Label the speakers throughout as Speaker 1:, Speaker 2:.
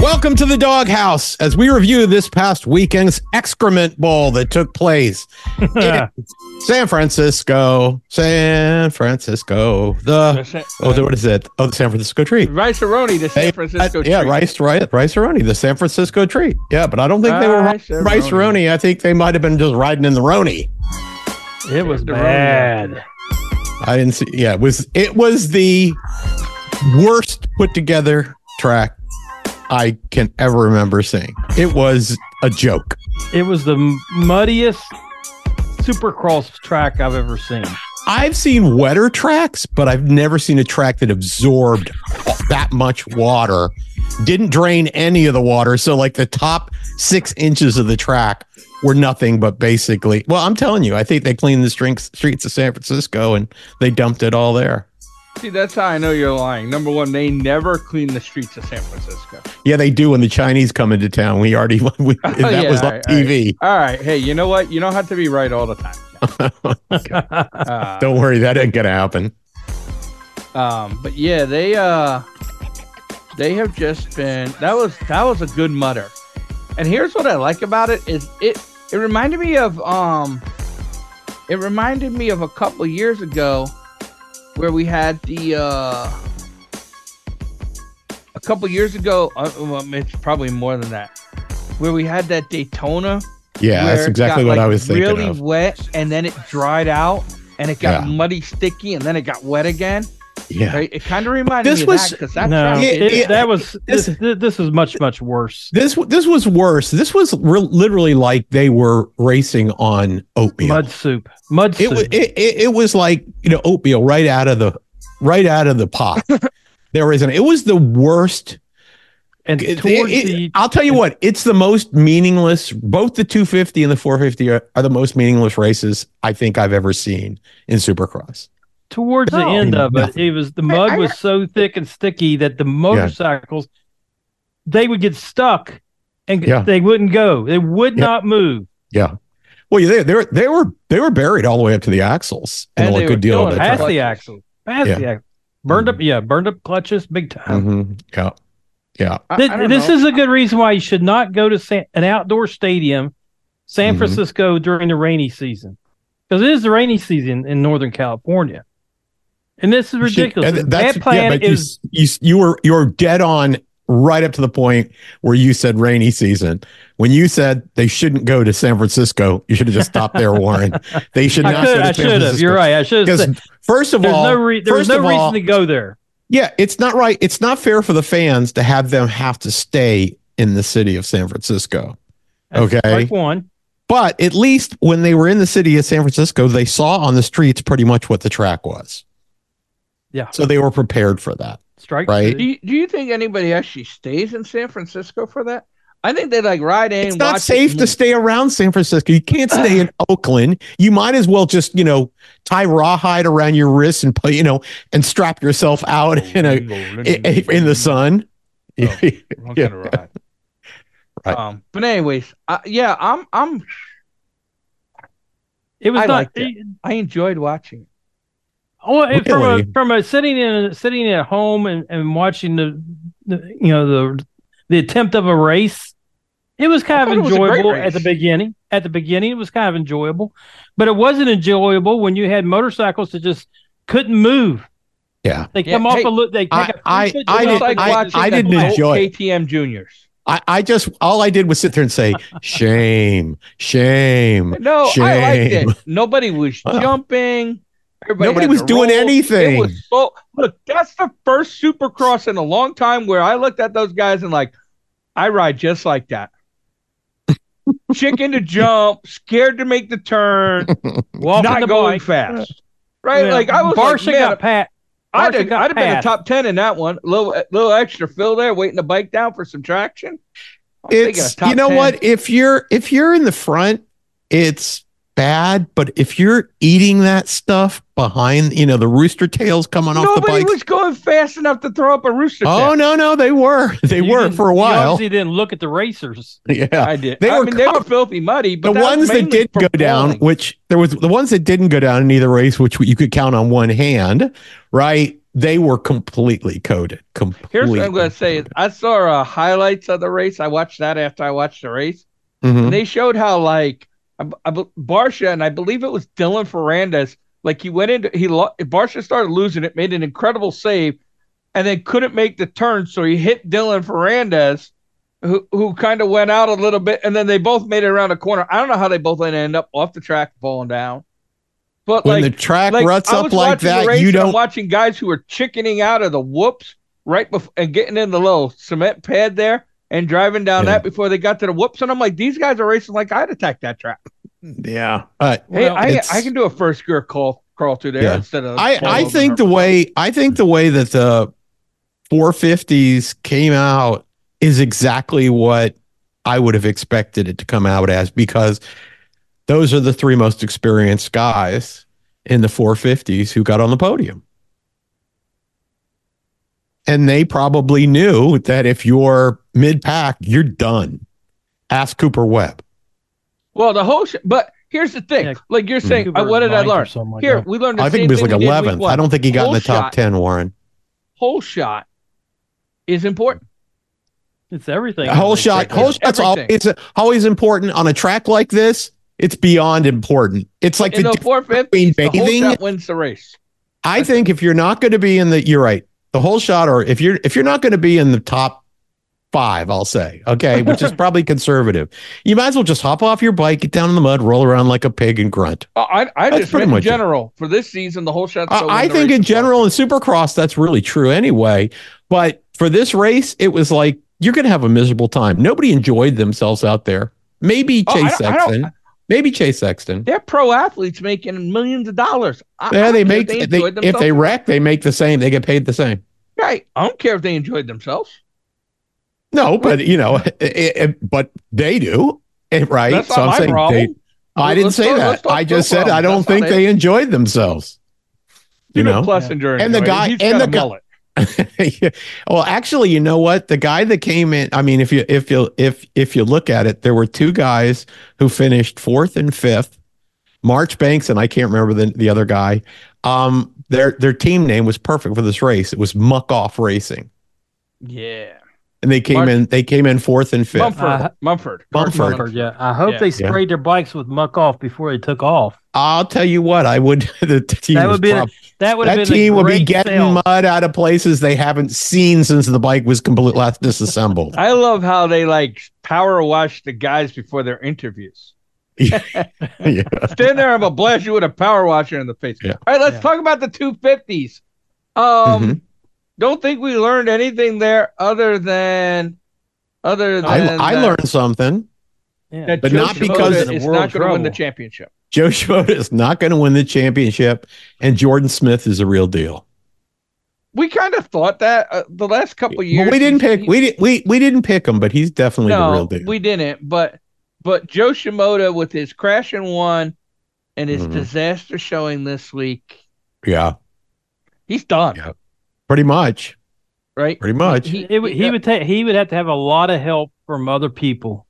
Speaker 1: Welcome to the doghouse as we review this past weekend's excrement bowl that took place in San Francisco. San Francisco. The oh, the, what is it? Oh, the San Francisco tree.
Speaker 2: Rice-A-Roni, the San Francisco
Speaker 1: Uh, yeah,
Speaker 2: tree.
Speaker 1: rice, rice, rice-a-roni, the San Francisco tree. Yeah, but I don't think they were
Speaker 2: Rice-a-roni.
Speaker 1: rice-a-roni. I think they might have been just riding in the roni.
Speaker 3: It was
Speaker 2: The Roni.
Speaker 3: bad.
Speaker 1: I didn't see. Yeah, it was it was the worst put together track I can ever remember seeing. It was a joke.
Speaker 3: It was the m- muddiest supercross track I've ever seen.
Speaker 1: I've seen wetter tracks, but I've never seen a track that absorbed that much water. Didn't drain any of the water. So, like the top six inches of the track were nothing but basically. Well, I'm telling you, I think they cleaned the streets streets of San Francisco and they dumped it all there.
Speaker 2: See, that's how I know you're lying. Number one, they never clean the streets of San Francisco.
Speaker 1: Yeah, they do when the Chinese come into town. We already we,
Speaker 2: Oh,
Speaker 1: that
Speaker 2: yeah,
Speaker 1: was
Speaker 2: all
Speaker 1: on
Speaker 2: right, all right.
Speaker 1: TV.
Speaker 2: All right, hey, you know what? You don't have to be right all the time. Uh,
Speaker 1: Don't worry, that ain't gonna happen.
Speaker 2: um, but yeah, they uh, they have just been. That was that was a good mutter. And here's what I like about it is it it reminded me of um, it reminded me of a couple years ago where we had the uh, a couple years ago. Uh, well, it's probably more than that. Where we had that Daytona
Speaker 1: Yeah,
Speaker 2: where
Speaker 1: that's
Speaker 2: it
Speaker 1: exactly
Speaker 2: got,
Speaker 1: what I
Speaker 2: like,
Speaker 1: was thinking
Speaker 2: Really
Speaker 1: of.
Speaker 2: wet, and then it dried out, and it got
Speaker 1: Yeah.
Speaker 2: muddy, sticky, and then it got wet again.
Speaker 1: Yeah.
Speaker 2: Right? It kind of reminded
Speaker 1: this
Speaker 2: me
Speaker 1: was-
Speaker 2: of that because that
Speaker 3: no,
Speaker 2: track
Speaker 1: Yeah,
Speaker 3: it-
Speaker 2: is-
Speaker 1: yeah.
Speaker 3: that was
Speaker 1: This-
Speaker 3: this, this. is much much worse.
Speaker 1: This this was worse. This was re- literally like they were racing on oatmeal.
Speaker 3: Mud soup. Mud
Speaker 1: it
Speaker 3: soup.
Speaker 1: was it, it, it was like you know oatmeal right out of the right out of the pot. there isn't. It was the worst.
Speaker 3: and
Speaker 1: it-
Speaker 3: towards
Speaker 1: it-
Speaker 3: the
Speaker 1: I'll tell you what. It's the most meaningless. Both the 250 and the 450 are, are the most meaningless races I think I've ever seen in Supercross.
Speaker 3: towards the
Speaker 1: No.
Speaker 3: end of it,
Speaker 1: Nothing.
Speaker 3: it was the mud
Speaker 2: I-
Speaker 3: was so thick and sticky that the motorcycles they would get stuck and
Speaker 1: Yeah.
Speaker 3: they wouldn't go. They would
Speaker 1: Yeah.
Speaker 3: not move.
Speaker 1: Yeah. Well, yeah, they, they were they were they were buried all the way up to the axles.
Speaker 2: And
Speaker 1: all
Speaker 2: they
Speaker 1: a
Speaker 2: were
Speaker 1: good deal of
Speaker 2: doing
Speaker 1: that
Speaker 3: Past
Speaker 1: track.
Speaker 3: the axle. Past
Speaker 1: Yeah. Mm-hmm.
Speaker 3: the axle. Burned up. Yeah, burned up clutches big time.
Speaker 1: Mhm. Yeah. Yeah.
Speaker 2: I-
Speaker 3: Th-
Speaker 2: I don't
Speaker 3: this
Speaker 2: know.
Speaker 3: is a good reason why you should not go to San- an outdoor stadium, San
Speaker 1: Mhm.
Speaker 3: Francisco during the rainy season, because it is the rainy season in Northern California, and this is
Speaker 1: You should-
Speaker 3: ridiculous.
Speaker 1: and th-
Speaker 3: that plan
Speaker 1: but you
Speaker 3: is
Speaker 1: s- you, s- you were you're dead on right up to the point where you said rainy season. When you said they shouldn't go to San Francisco, you should have just stopped there, Warren. They should
Speaker 3: I
Speaker 1: not
Speaker 3: could
Speaker 1: go to
Speaker 3: I
Speaker 1: San
Speaker 3: should have.
Speaker 1: Francisco.
Speaker 3: You're right. I should have.
Speaker 1: Because
Speaker 3: said-
Speaker 1: first of
Speaker 3: There's
Speaker 1: all,
Speaker 3: no re- there was
Speaker 1: first
Speaker 3: no
Speaker 1: of
Speaker 3: reason
Speaker 1: all-
Speaker 3: to go there.
Speaker 1: yeah, it's not right. It's not fair for the fans to have them have to stay in the city of San Francisco.
Speaker 3: That's
Speaker 1: okay.
Speaker 3: like one.
Speaker 1: But at least when they were in the city of San Francisco, they saw on the streets pretty much what the track was.
Speaker 3: Yeah.
Speaker 1: So they were prepared for that.
Speaker 3: Strike
Speaker 1: Right.
Speaker 2: Do you, do you think anybody actually stays in San Francisco for that? I think they like ride in.
Speaker 1: It's
Speaker 2: watch
Speaker 1: not
Speaker 2: it,
Speaker 1: safe to
Speaker 2: and-
Speaker 1: stay around San Francisco. You can't stay in Oakland. You might as well just, you know, tie rawhide around your wrist and play, you know, and strap yourself out in a in, in the sun.
Speaker 2: Oh. I'm
Speaker 1: Yeah.
Speaker 2: gonna ride.
Speaker 1: Right.
Speaker 2: Um, but anyways, I, yeah, I'm I'm
Speaker 3: It was
Speaker 2: I
Speaker 3: not.
Speaker 2: liked it. I enjoyed watching.
Speaker 3: Oh, and from a,
Speaker 1: Really?
Speaker 3: from a sitting in sitting at home and, and watching the, the you know the the attempt of a race, it was kind
Speaker 2: I
Speaker 3: of
Speaker 2: thought it was a great
Speaker 3: enjoyable at the
Speaker 2: race.
Speaker 3: beginning. At the beginning, it was kind of enjoyable, but it wasn't enjoyable when you had motorcycles that just couldn't move.
Speaker 1: Yeah.
Speaker 3: they
Speaker 2: Yeah,
Speaker 3: come off
Speaker 2: hey,
Speaker 3: a look. They take
Speaker 1: I-
Speaker 3: a three
Speaker 1: I- I
Speaker 3: foot jump
Speaker 2: It was
Speaker 1: did-
Speaker 3: and
Speaker 2: like
Speaker 1: I-
Speaker 3: watch it
Speaker 2: watching
Speaker 1: I
Speaker 3: go
Speaker 2: the
Speaker 1: didn't
Speaker 3: by.
Speaker 2: Bolt
Speaker 1: enjoy it.
Speaker 2: KTM juniors.
Speaker 1: I, I just all I did was sit there and say, shame, shame.
Speaker 2: No, I liked
Speaker 1: Shame.
Speaker 2: it. Nobody was
Speaker 1: Wow.
Speaker 2: jumping. Everybody
Speaker 1: Nobody
Speaker 2: had
Speaker 1: was
Speaker 2: to
Speaker 1: doing
Speaker 2: roll.
Speaker 1: anything.
Speaker 2: It was so look. That's the first Supercross in a long time where I looked at those guys and like, I ride just like that. Chicken to jump, scared to make the turn,
Speaker 3: Walking
Speaker 2: not
Speaker 3: the
Speaker 2: going
Speaker 3: bike.
Speaker 2: fast. Right?
Speaker 3: Yeah.
Speaker 2: Like I was
Speaker 3: Barsha
Speaker 2: like, man,
Speaker 3: got pat.
Speaker 2: I'd,
Speaker 3: Barsha
Speaker 2: have,
Speaker 3: got
Speaker 2: I'd have been a
Speaker 3: passed.
Speaker 2: top ten in that one. Little little extra fill there, waiting to bike down for some traction. I'm thinking a
Speaker 1: it's
Speaker 2: top
Speaker 1: you know
Speaker 2: 10.
Speaker 1: what if you're if you're in the front it's bad but if you're eating that stuff behind you know the rooster tails coming off the
Speaker 2: Nobody
Speaker 1: bike
Speaker 2: was going fast enough to throw up a rooster. tail.
Speaker 1: oh no no they were they
Speaker 3: You
Speaker 1: were
Speaker 3: didn't-
Speaker 1: for a
Speaker 3: You
Speaker 1: while
Speaker 3: obviously didn't look at the racers.
Speaker 1: yeah
Speaker 2: I did.
Speaker 1: They
Speaker 2: I
Speaker 1: were
Speaker 2: mean, they were
Speaker 1: covered.
Speaker 2: filthy muddy, but
Speaker 1: the
Speaker 2: that was
Speaker 1: ones that
Speaker 2: mainly
Speaker 1: did
Speaker 2: for
Speaker 1: go down
Speaker 2: bowling.
Speaker 1: which there was the ones that didn't go down in either race which you could count on one hand right they were completely coated. Completely.
Speaker 2: Here's what I'm going to say.
Speaker 1: coated.
Speaker 2: I saw uh, highlights of the race. I watched that after I watched the race.
Speaker 1: Mhm.
Speaker 2: And they showed how, like, I, b- I b- Barsha, and I believe it was Dylan Ferrandez, like, he went into, he, lo- Barsha started losing it, made an incredible save, and then couldn't make the turn. So he hit Dylan Ferrandez, who, who kind of went out a little bit, and then they both made it around a corner. I don't know how they both ended up off the track, falling down. But,
Speaker 1: when
Speaker 2: like,
Speaker 1: the track
Speaker 2: like,
Speaker 1: ruts
Speaker 2: I
Speaker 1: up
Speaker 2: was
Speaker 1: like
Speaker 2: watching the
Speaker 1: that,
Speaker 2: race
Speaker 1: you
Speaker 2: and I'm
Speaker 1: don't.
Speaker 2: watching guys who are chickening out of the whoops right before and getting in the little cement pad there and driving down
Speaker 1: Yeah.
Speaker 2: that before they got to the whoops. And I'm like, these guys are racing like I'd attack that track.
Speaker 1: Yeah. Uh,
Speaker 2: Hey,
Speaker 3: Well,
Speaker 2: I,
Speaker 1: it's-
Speaker 2: I can do a first gear crawl crawl through there
Speaker 1: Yeah.
Speaker 2: instead of
Speaker 1: I,
Speaker 2: fall
Speaker 1: I
Speaker 2: over
Speaker 1: think the
Speaker 2: her.
Speaker 1: way I think the way that the 450s came out is exactly what I would have expected it to come out as because those are the three most experienced guys in the 450s who got on the podium. And they probably knew that if you're mid pack, you're done. Ask Cooper Webb.
Speaker 2: well the whole sh- but here's the thing
Speaker 3: Yeah.
Speaker 2: like you're saying
Speaker 3: Give
Speaker 2: I,
Speaker 3: her
Speaker 2: uh, what did I
Speaker 3: ninth or
Speaker 2: learn
Speaker 3: something like
Speaker 2: here
Speaker 3: that.
Speaker 2: we learned the
Speaker 1: Hmm. I think
Speaker 2: same
Speaker 1: he was
Speaker 2: thing
Speaker 1: like
Speaker 2: we did week
Speaker 1: 11th. I
Speaker 2: one.
Speaker 1: don't think he got in
Speaker 2: Whole
Speaker 1: the top
Speaker 2: shot.
Speaker 1: 10, Warren.
Speaker 2: whole shot is important
Speaker 3: It's everything.
Speaker 1: A whole shot.
Speaker 3: Exactly.
Speaker 1: Whole shot's all,
Speaker 2: Everything.
Speaker 1: it's always important on a track like this. It's beyond important. It's like
Speaker 2: in
Speaker 1: the
Speaker 2: the
Speaker 1: difference
Speaker 2: 450
Speaker 1: between
Speaker 2: the whole
Speaker 1: bathing.
Speaker 2: shot wins the race
Speaker 1: I think if you're not going to be in the, you're right. The whole shot, or if you're if you're not going to be in the top five, I'll say, okay, which is probably conservative. You might as well just hop off your bike, get down in the mud, roll around like a pig, and grunt.
Speaker 2: Uh, I, I
Speaker 1: That's
Speaker 2: just
Speaker 1: pretty
Speaker 2: meant in
Speaker 1: much it.
Speaker 2: general for this season, the whole shot.
Speaker 1: I, I think in general in Supercross that's really true anyway. But for this race, it was like you're going to have a miserable time. Nobody enjoyed themselves out there. Maybe
Speaker 2: Oh, I
Speaker 1: Chase
Speaker 2: don't- I don't-
Speaker 1: Sexton. Maybe Chase Sexton.
Speaker 2: they're pro athletes making millions of dollars. I, I
Speaker 1: Yeah,
Speaker 2: don't
Speaker 1: they
Speaker 2: care
Speaker 1: make
Speaker 2: if
Speaker 1: they,
Speaker 2: enjoyed
Speaker 1: if
Speaker 2: themselves.
Speaker 1: they wreck, they make the same. They get paid the same.
Speaker 2: right. I don't care if they enjoyed themselves.
Speaker 1: No, but you know, it, it, but they do, eh, right?
Speaker 2: That's not my problem.
Speaker 1: they, I
Speaker 2: Let-
Speaker 1: didn't
Speaker 2: let's
Speaker 1: say
Speaker 2: talk- let's
Speaker 1: that.
Speaker 2: talk
Speaker 1: I just
Speaker 2: no
Speaker 1: said I
Speaker 2: problem.
Speaker 1: don't
Speaker 2: That's not
Speaker 1: think
Speaker 2: it.
Speaker 1: they enjoyed themselves. You know,
Speaker 2: Plessinger
Speaker 1: And the
Speaker 2: enjoyed it.
Speaker 1: guy-
Speaker 2: He's
Speaker 1: and
Speaker 2: got
Speaker 1: the
Speaker 2: a
Speaker 1: guy-
Speaker 2: mullet.
Speaker 1: Yeah. well actually you know what the guy that came in i mean if you if you if if you look at it there were two guys who finished fourth and fifth march banks and i can't remember the, the other guy um their their team name was perfect for this race it was muck off racing
Speaker 2: Yeah,
Speaker 1: and they came
Speaker 2: March-
Speaker 1: in they came in fourth and fifth
Speaker 2: Mumford.
Speaker 3: Uh,
Speaker 2: Mumford.
Speaker 1: Mumford.
Speaker 3: Yeah, I hope
Speaker 2: Yeah.
Speaker 3: they
Speaker 1: Yeah.
Speaker 3: sprayed their bikes with muck off before they took off.
Speaker 1: i'll tell you what i would the team
Speaker 3: That
Speaker 1: was
Speaker 3: would be
Speaker 1: prob-
Speaker 3: That would have
Speaker 1: that
Speaker 3: been
Speaker 1: team
Speaker 3: a
Speaker 1: will be
Speaker 3: great
Speaker 1: getting
Speaker 3: sale.
Speaker 1: mud out of places they haven't seen since the bike was completely last disassembled
Speaker 2: I love how they like power wash the guys before their interviews.
Speaker 1: Yeah.
Speaker 2: Stand there, I'm gonna blast you with a power washer in the face.
Speaker 1: Yeah.
Speaker 2: All right, let's
Speaker 3: Yeah.
Speaker 2: talk about the 250s. Um,
Speaker 1: Mhm.
Speaker 2: don't think we learned anything there other than other than
Speaker 1: I, I
Speaker 3: uh,
Speaker 2: that-
Speaker 1: learned something
Speaker 3: Yeah.
Speaker 2: that
Speaker 1: but
Speaker 2: Joe
Speaker 1: not
Speaker 2: Shimoda
Speaker 1: because-
Speaker 2: is
Speaker 3: The
Speaker 2: not
Speaker 3: world's
Speaker 2: going to win the
Speaker 3: trouble.
Speaker 2: championship.
Speaker 1: Joe Schmoda is not going to win the championship, and Jordan Smith is a real deal.
Speaker 2: We kind of thought that uh, the last couple
Speaker 1: But
Speaker 2: years.
Speaker 1: we didn't
Speaker 2: he's-
Speaker 1: pick we didn't we we didn't pick him, but he's definitely the real
Speaker 2: no,
Speaker 1: deal.
Speaker 2: we didn't. But but Joe Shimoda with his crash and one and his
Speaker 1: Mhm.
Speaker 2: disaster showing this week,
Speaker 1: yeah,
Speaker 2: he's done.
Speaker 1: Yeah. pretty much,
Speaker 2: Right?
Speaker 1: pretty much.
Speaker 2: He-
Speaker 3: It would- he would take. He would have to have a lot of help from other people.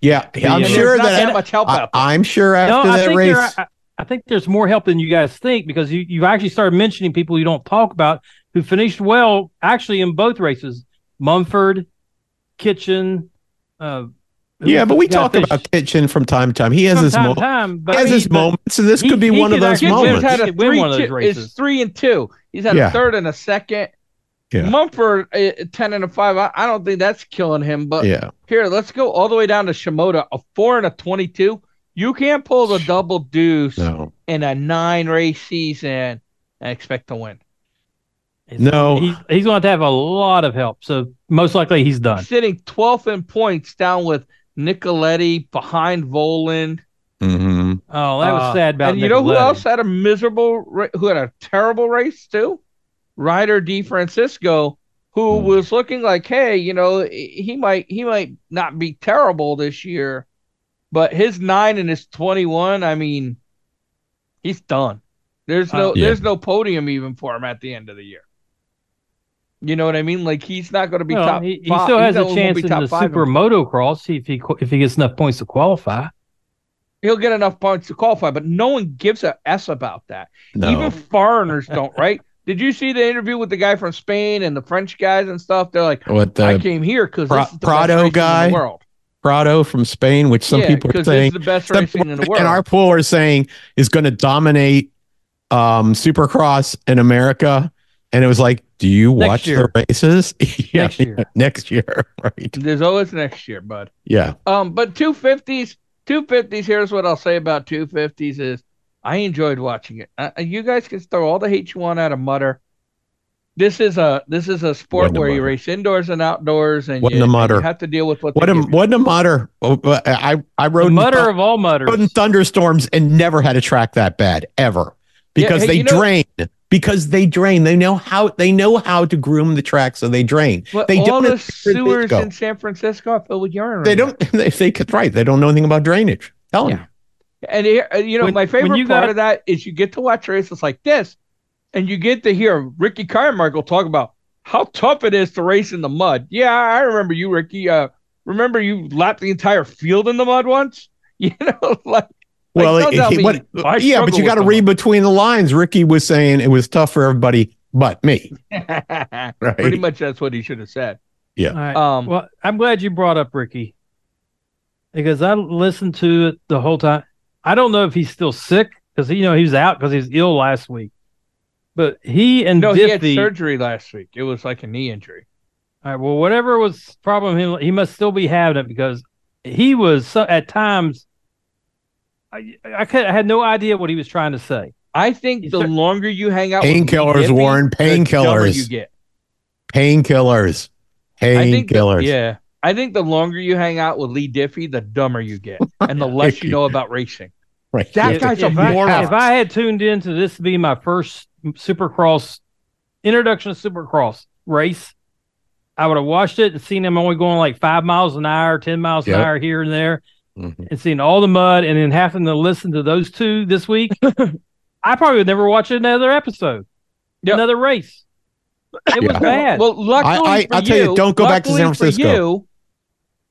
Speaker 1: yeah, I'm
Speaker 3: Yeah.
Speaker 2: And
Speaker 1: sure
Speaker 2: there's not
Speaker 1: that,
Speaker 2: much help
Speaker 1: I,
Speaker 2: out there.
Speaker 1: I'm sure
Speaker 3: No,
Speaker 1: after
Speaker 3: I
Speaker 1: that
Speaker 3: think
Speaker 1: race,
Speaker 3: there. I, I think there's more help than you guys think because you you actually started mentioning people you don't talk about who finished well actually in both races. Mumford, Kitchen. Uh, who
Speaker 1: yeah, but we
Speaker 3: got
Speaker 1: talk
Speaker 3: finished
Speaker 1: about Kitchen from time to time. He has
Speaker 3: from
Speaker 1: his
Speaker 3: time,
Speaker 1: mo-
Speaker 3: to time, but
Speaker 1: he has
Speaker 3: I
Speaker 1: his
Speaker 3: mean, but
Speaker 1: moments, and this
Speaker 3: he-
Speaker 1: could be
Speaker 3: he
Speaker 1: one of
Speaker 3: could
Speaker 1: those
Speaker 3: actually-
Speaker 2: Kitchens
Speaker 1: moments.
Speaker 2: had a
Speaker 3: He could win
Speaker 2: three,
Speaker 3: one of those
Speaker 2: two-
Speaker 3: races.
Speaker 2: It's three and two. He's had
Speaker 1: Yeah.
Speaker 2: a third and a second.
Speaker 1: Yeah.
Speaker 2: Mumford uh, ten and a five. I, I don't think that's killing him, but
Speaker 1: yeah,
Speaker 2: Here, let's go all the way down to Shimoda, a four and a twenty-two. You can't pull the double deuce
Speaker 1: no,
Speaker 2: in a nine race season and expect to win.
Speaker 1: no.
Speaker 3: He's, he's going to have a lot of help. So most likely he's done.
Speaker 2: Sitting twelfth in points, down with Nicoletti behind Voland.
Speaker 1: hmm
Speaker 3: Oh, that was
Speaker 2: Uh,
Speaker 3: sad about
Speaker 2: and you know who
Speaker 3: Nicoletti.
Speaker 2: else had a miserable, ra- who had a terrible race too? Ryder D. Francisco, who
Speaker 1: Hmm.
Speaker 2: was looking like, hey, you know, he he might he might not be terrible this year, but his nine and his twenty-one, I mean, he's done. There's no
Speaker 3: Uh,
Speaker 1: Yeah.
Speaker 2: there's no podium even for him at the end of the year. You know what I mean? Like he's not going to be
Speaker 3: Well,
Speaker 2: top.
Speaker 3: he, he
Speaker 2: five-
Speaker 3: still has
Speaker 2: not-
Speaker 3: a
Speaker 2: won't
Speaker 3: chance
Speaker 2: be
Speaker 3: in
Speaker 2: top
Speaker 3: the
Speaker 2: five.
Speaker 3: super motocross if he qu- if he gets enough points to qualify.
Speaker 2: He'll get enough points to qualify, but no one gives a s about that.
Speaker 1: no.
Speaker 2: Even foreigners don't, right? Did you see the interview with the guy from Spain and the French guys and stuff? They're like,
Speaker 1: What uh, the
Speaker 2: I came here because
Speaker 1: Pro-
Speaker 2: this is the best
Speaker 1: Prado
Speaker 2: racing
Speaker 1: guy?
Speaker 2: in the world.
Speaker 1: Prado from Spain, which some
Speaker 2: Yeah,
Speaker 1: people are
Speaker 2: 'cause this
Speaker 1: saying
Speaker 2: is the best
Speaker 1: some
Speaker 2: racing in the
Speaker 1: people
Speaker 2: world.
Speaker 1: in our pool are saying is going to dominate um Supercross in America. And it was like, do you
Speaker 3: Next
Speaker 1: watch
Speaker 3: year.
Speaker 1: the races? yeah,
Speaker 3: Next year.
Speaker 1: next year, right?
Speaker 2: There's always next year, bud.
Speaker 1: Yeah,
Speaker 2: Um, but two fifties, two fifties. Here's what I'll say about two fifties is I enjoyed watching it. Uh, you guys can throw all the hate you want at a mutter. This is a this is a sport
Speaker 1: Wasn't a
Speaker 2: where you
Speaker 1: mutter.
Speaker 2: race indoors and outdoors, and
Speaker 1: Wasn't
Speaker 2: you,
Speaker 1: a
Speaker 2: and
Speaker 1: mutter.
Speaker 2: you have to deal with what.
Speaker 1: what
Speaker 2: they
Speaker 1: a
Speaker 2: give you.
Speaker 1: what a mutter! Oh, uh, I I rode
Speaker 3: The
Speaker 1: in
Speaker 3: mutter
Speaker 1: thun-
Speaker 3: of all mutters.
Speaker 1: rode in thunderstorms and never had a track that bad ever
Speaker 2: Yeah,
Speaker 1: because
Speaker 2: hey,
Speaker 1: they
Speaker 2: you know-
Speaker 1: drain because they drain. They know how they know how to groom the track, so they drain.
Speaker 2: But
Speaker 1: they
Speaker 2: all
Speaker 1: don't
Speaker 2: the
Speaker 1: in San
Speaker 2: sewers
Speaker 1: Francisco.
Speaker 2: in San Francisco are filled with urine.
Speaker 1: They
Speaker 2: right
Speaker 1: don't. They, they could right. They don't know anything about drainage. Tell
Speaker 2: Yeah. now. And here, uh, you know,
Speaker 3: When-
Speaker 2: my
Speaker 3: when
Speaker 2: favorite
Speaker 3: you
Speaker 2: part
Speaker 3: got-
Speaker 2: of that is you get to watch races like this, and you get to hear Ricky Carmichael talk about how tough it is to race in the mud. Yeah, I remember you, Ricky. Uh, remember you lapped the entire field in the mud once. You know, like Like,
Speaker 1: Well,
Speaker 2: don't
Speaker 1: it-
Speaker 2: tell
Speaker 1: it-
Speaker 2: me,
Speaker 1: what-
Speaker 2: I
Speaker 1: yeah, but
Speaker 2: struggle
Speaker 1: you got to
Speaker 2: with
Speaker 1: read between the lines. Ricky was saying it was tough for everybody but me,
Speaker 2: pretty
Speaker 1: right?
Speaker 2: much that's what he should have said.
Speaker 1: Yeah.
Speaker 3: All right.
Speaker 2: Um,
Speaker 3: Well, I'm glad you brought up Ricky because I listened to it the whole time. I don't know if he's still sick because you know he was out because he was ill last week. But he and
Speaker 2: no, he had
Speaker 3: Diffie-
Speaker 2: surgery last week. It was like a knee injury.
Speaker 3: All right. Well, whatever was problem him, he must still be having it because he was so, at times. I I, could, I had no idea what he was trying to say.
Speaker 2: I think
Speaker 3: He's
Speaker 2: the
Speaker 3: sur-
Speaker 2: longer you hang out, with
Speaker 1: Painkillers,
Speaker 2: Nippy,
Speaker 1: Warren.
Speaker 2: the dumber you
Speaker 1: Painkillers.
Speaker 2: get.
Speaker 1: Painkillers.
Speaker 2: I think the-
Speaker 1: Painkillers.
Speaker 2: yeah. I think the longer you hang out with Lee Diffie, the dumber you get, and the less you know about racing.
Speaker 1: Right.
Speaker 2: That
Speaker 1: Yeah.
Speaker 2: guy's a
Speaker 3: if I-
Speaker 2: moron.
Speaker 3: If I had tuned into this to be my first Supercross introduction to Supercross race, I would have watched it and seen him only going like five miles an hour, ten miles an
Speaker 1: Yep.
Speaker 3: hour here and there,
Speaker 1: Mhm.
Speaker 3: and seeing all the mud, and then having to listen to those two this week. I probably would never watch another episode,
Speaker 2: Yep.
Speaker 3: another race. It
Speaker 1: Yeah.
Speaker 3: was bad.
Speaker 2: Well, luckily
Speaker 1: I-
Speaker 2: for
Speaker 1: I'll tell you, don't go back to San
Speaker 2: luckily for
Speaker 1: Francisco.
Speaker 2: you,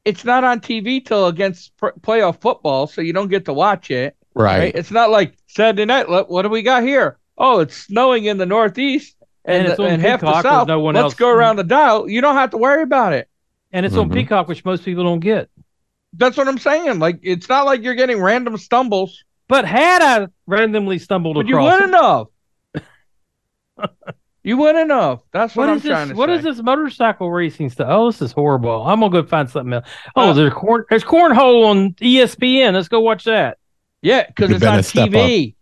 Speaker 2: it's not on TV till against pr- playoff football, so you don't get to watch it. Right.
Speaker 1: Right.
Speaker 2: It's not like Saturday night. Look, what do we got here? Oh, it's snowing in the Northeast
Speaker 3: And
Speaker 2: and,
Speaker 3: it's
Speaker 2: the-
Speaker 3: on
Speaker 2: and half the
Speaker 3: Peacock with
Speaker 2: South.
Speaker 3: no one
Speaker 2: Let's
Speaker 3: else.
Speaker 2: go around the dial. You don't have to worry about it.
Speaker 3: and it's
Speaker 1: Mhm.
Speaker 3: on Peacock, which most people don't get.
Speaker 2: That's what I'm saying. Like, it's not like you're getting random stumbles.
Speaker 3: But had I randomly stumbled
Speaker 2: But you
Speaker 3: across,
Speaker 2: wouldn't have. you wouldn't have. That's what,
Speaker 3: What
Speaker 2: I'm
Speaker 3: is
Speaker 2: trying
Speaker 3: this?
Speaker 2: to
Speaker 3: What
Speaker 2: say.
Speaker 3: is this motorcycle racing stuff? Oh, this is horrible. I'm gonna go find something else. Oh,
Speaker 2: Uh,
Speaker 3: there's corn. There's cornhole on E ESPN. Let's go watch that.
Speaker 2: Yeah, because
Speaker 1: Could've
Speaker 2: it's
Speaker 1: been
Speaker 2: on
Speaker 1: a step
Speaker 2: TV.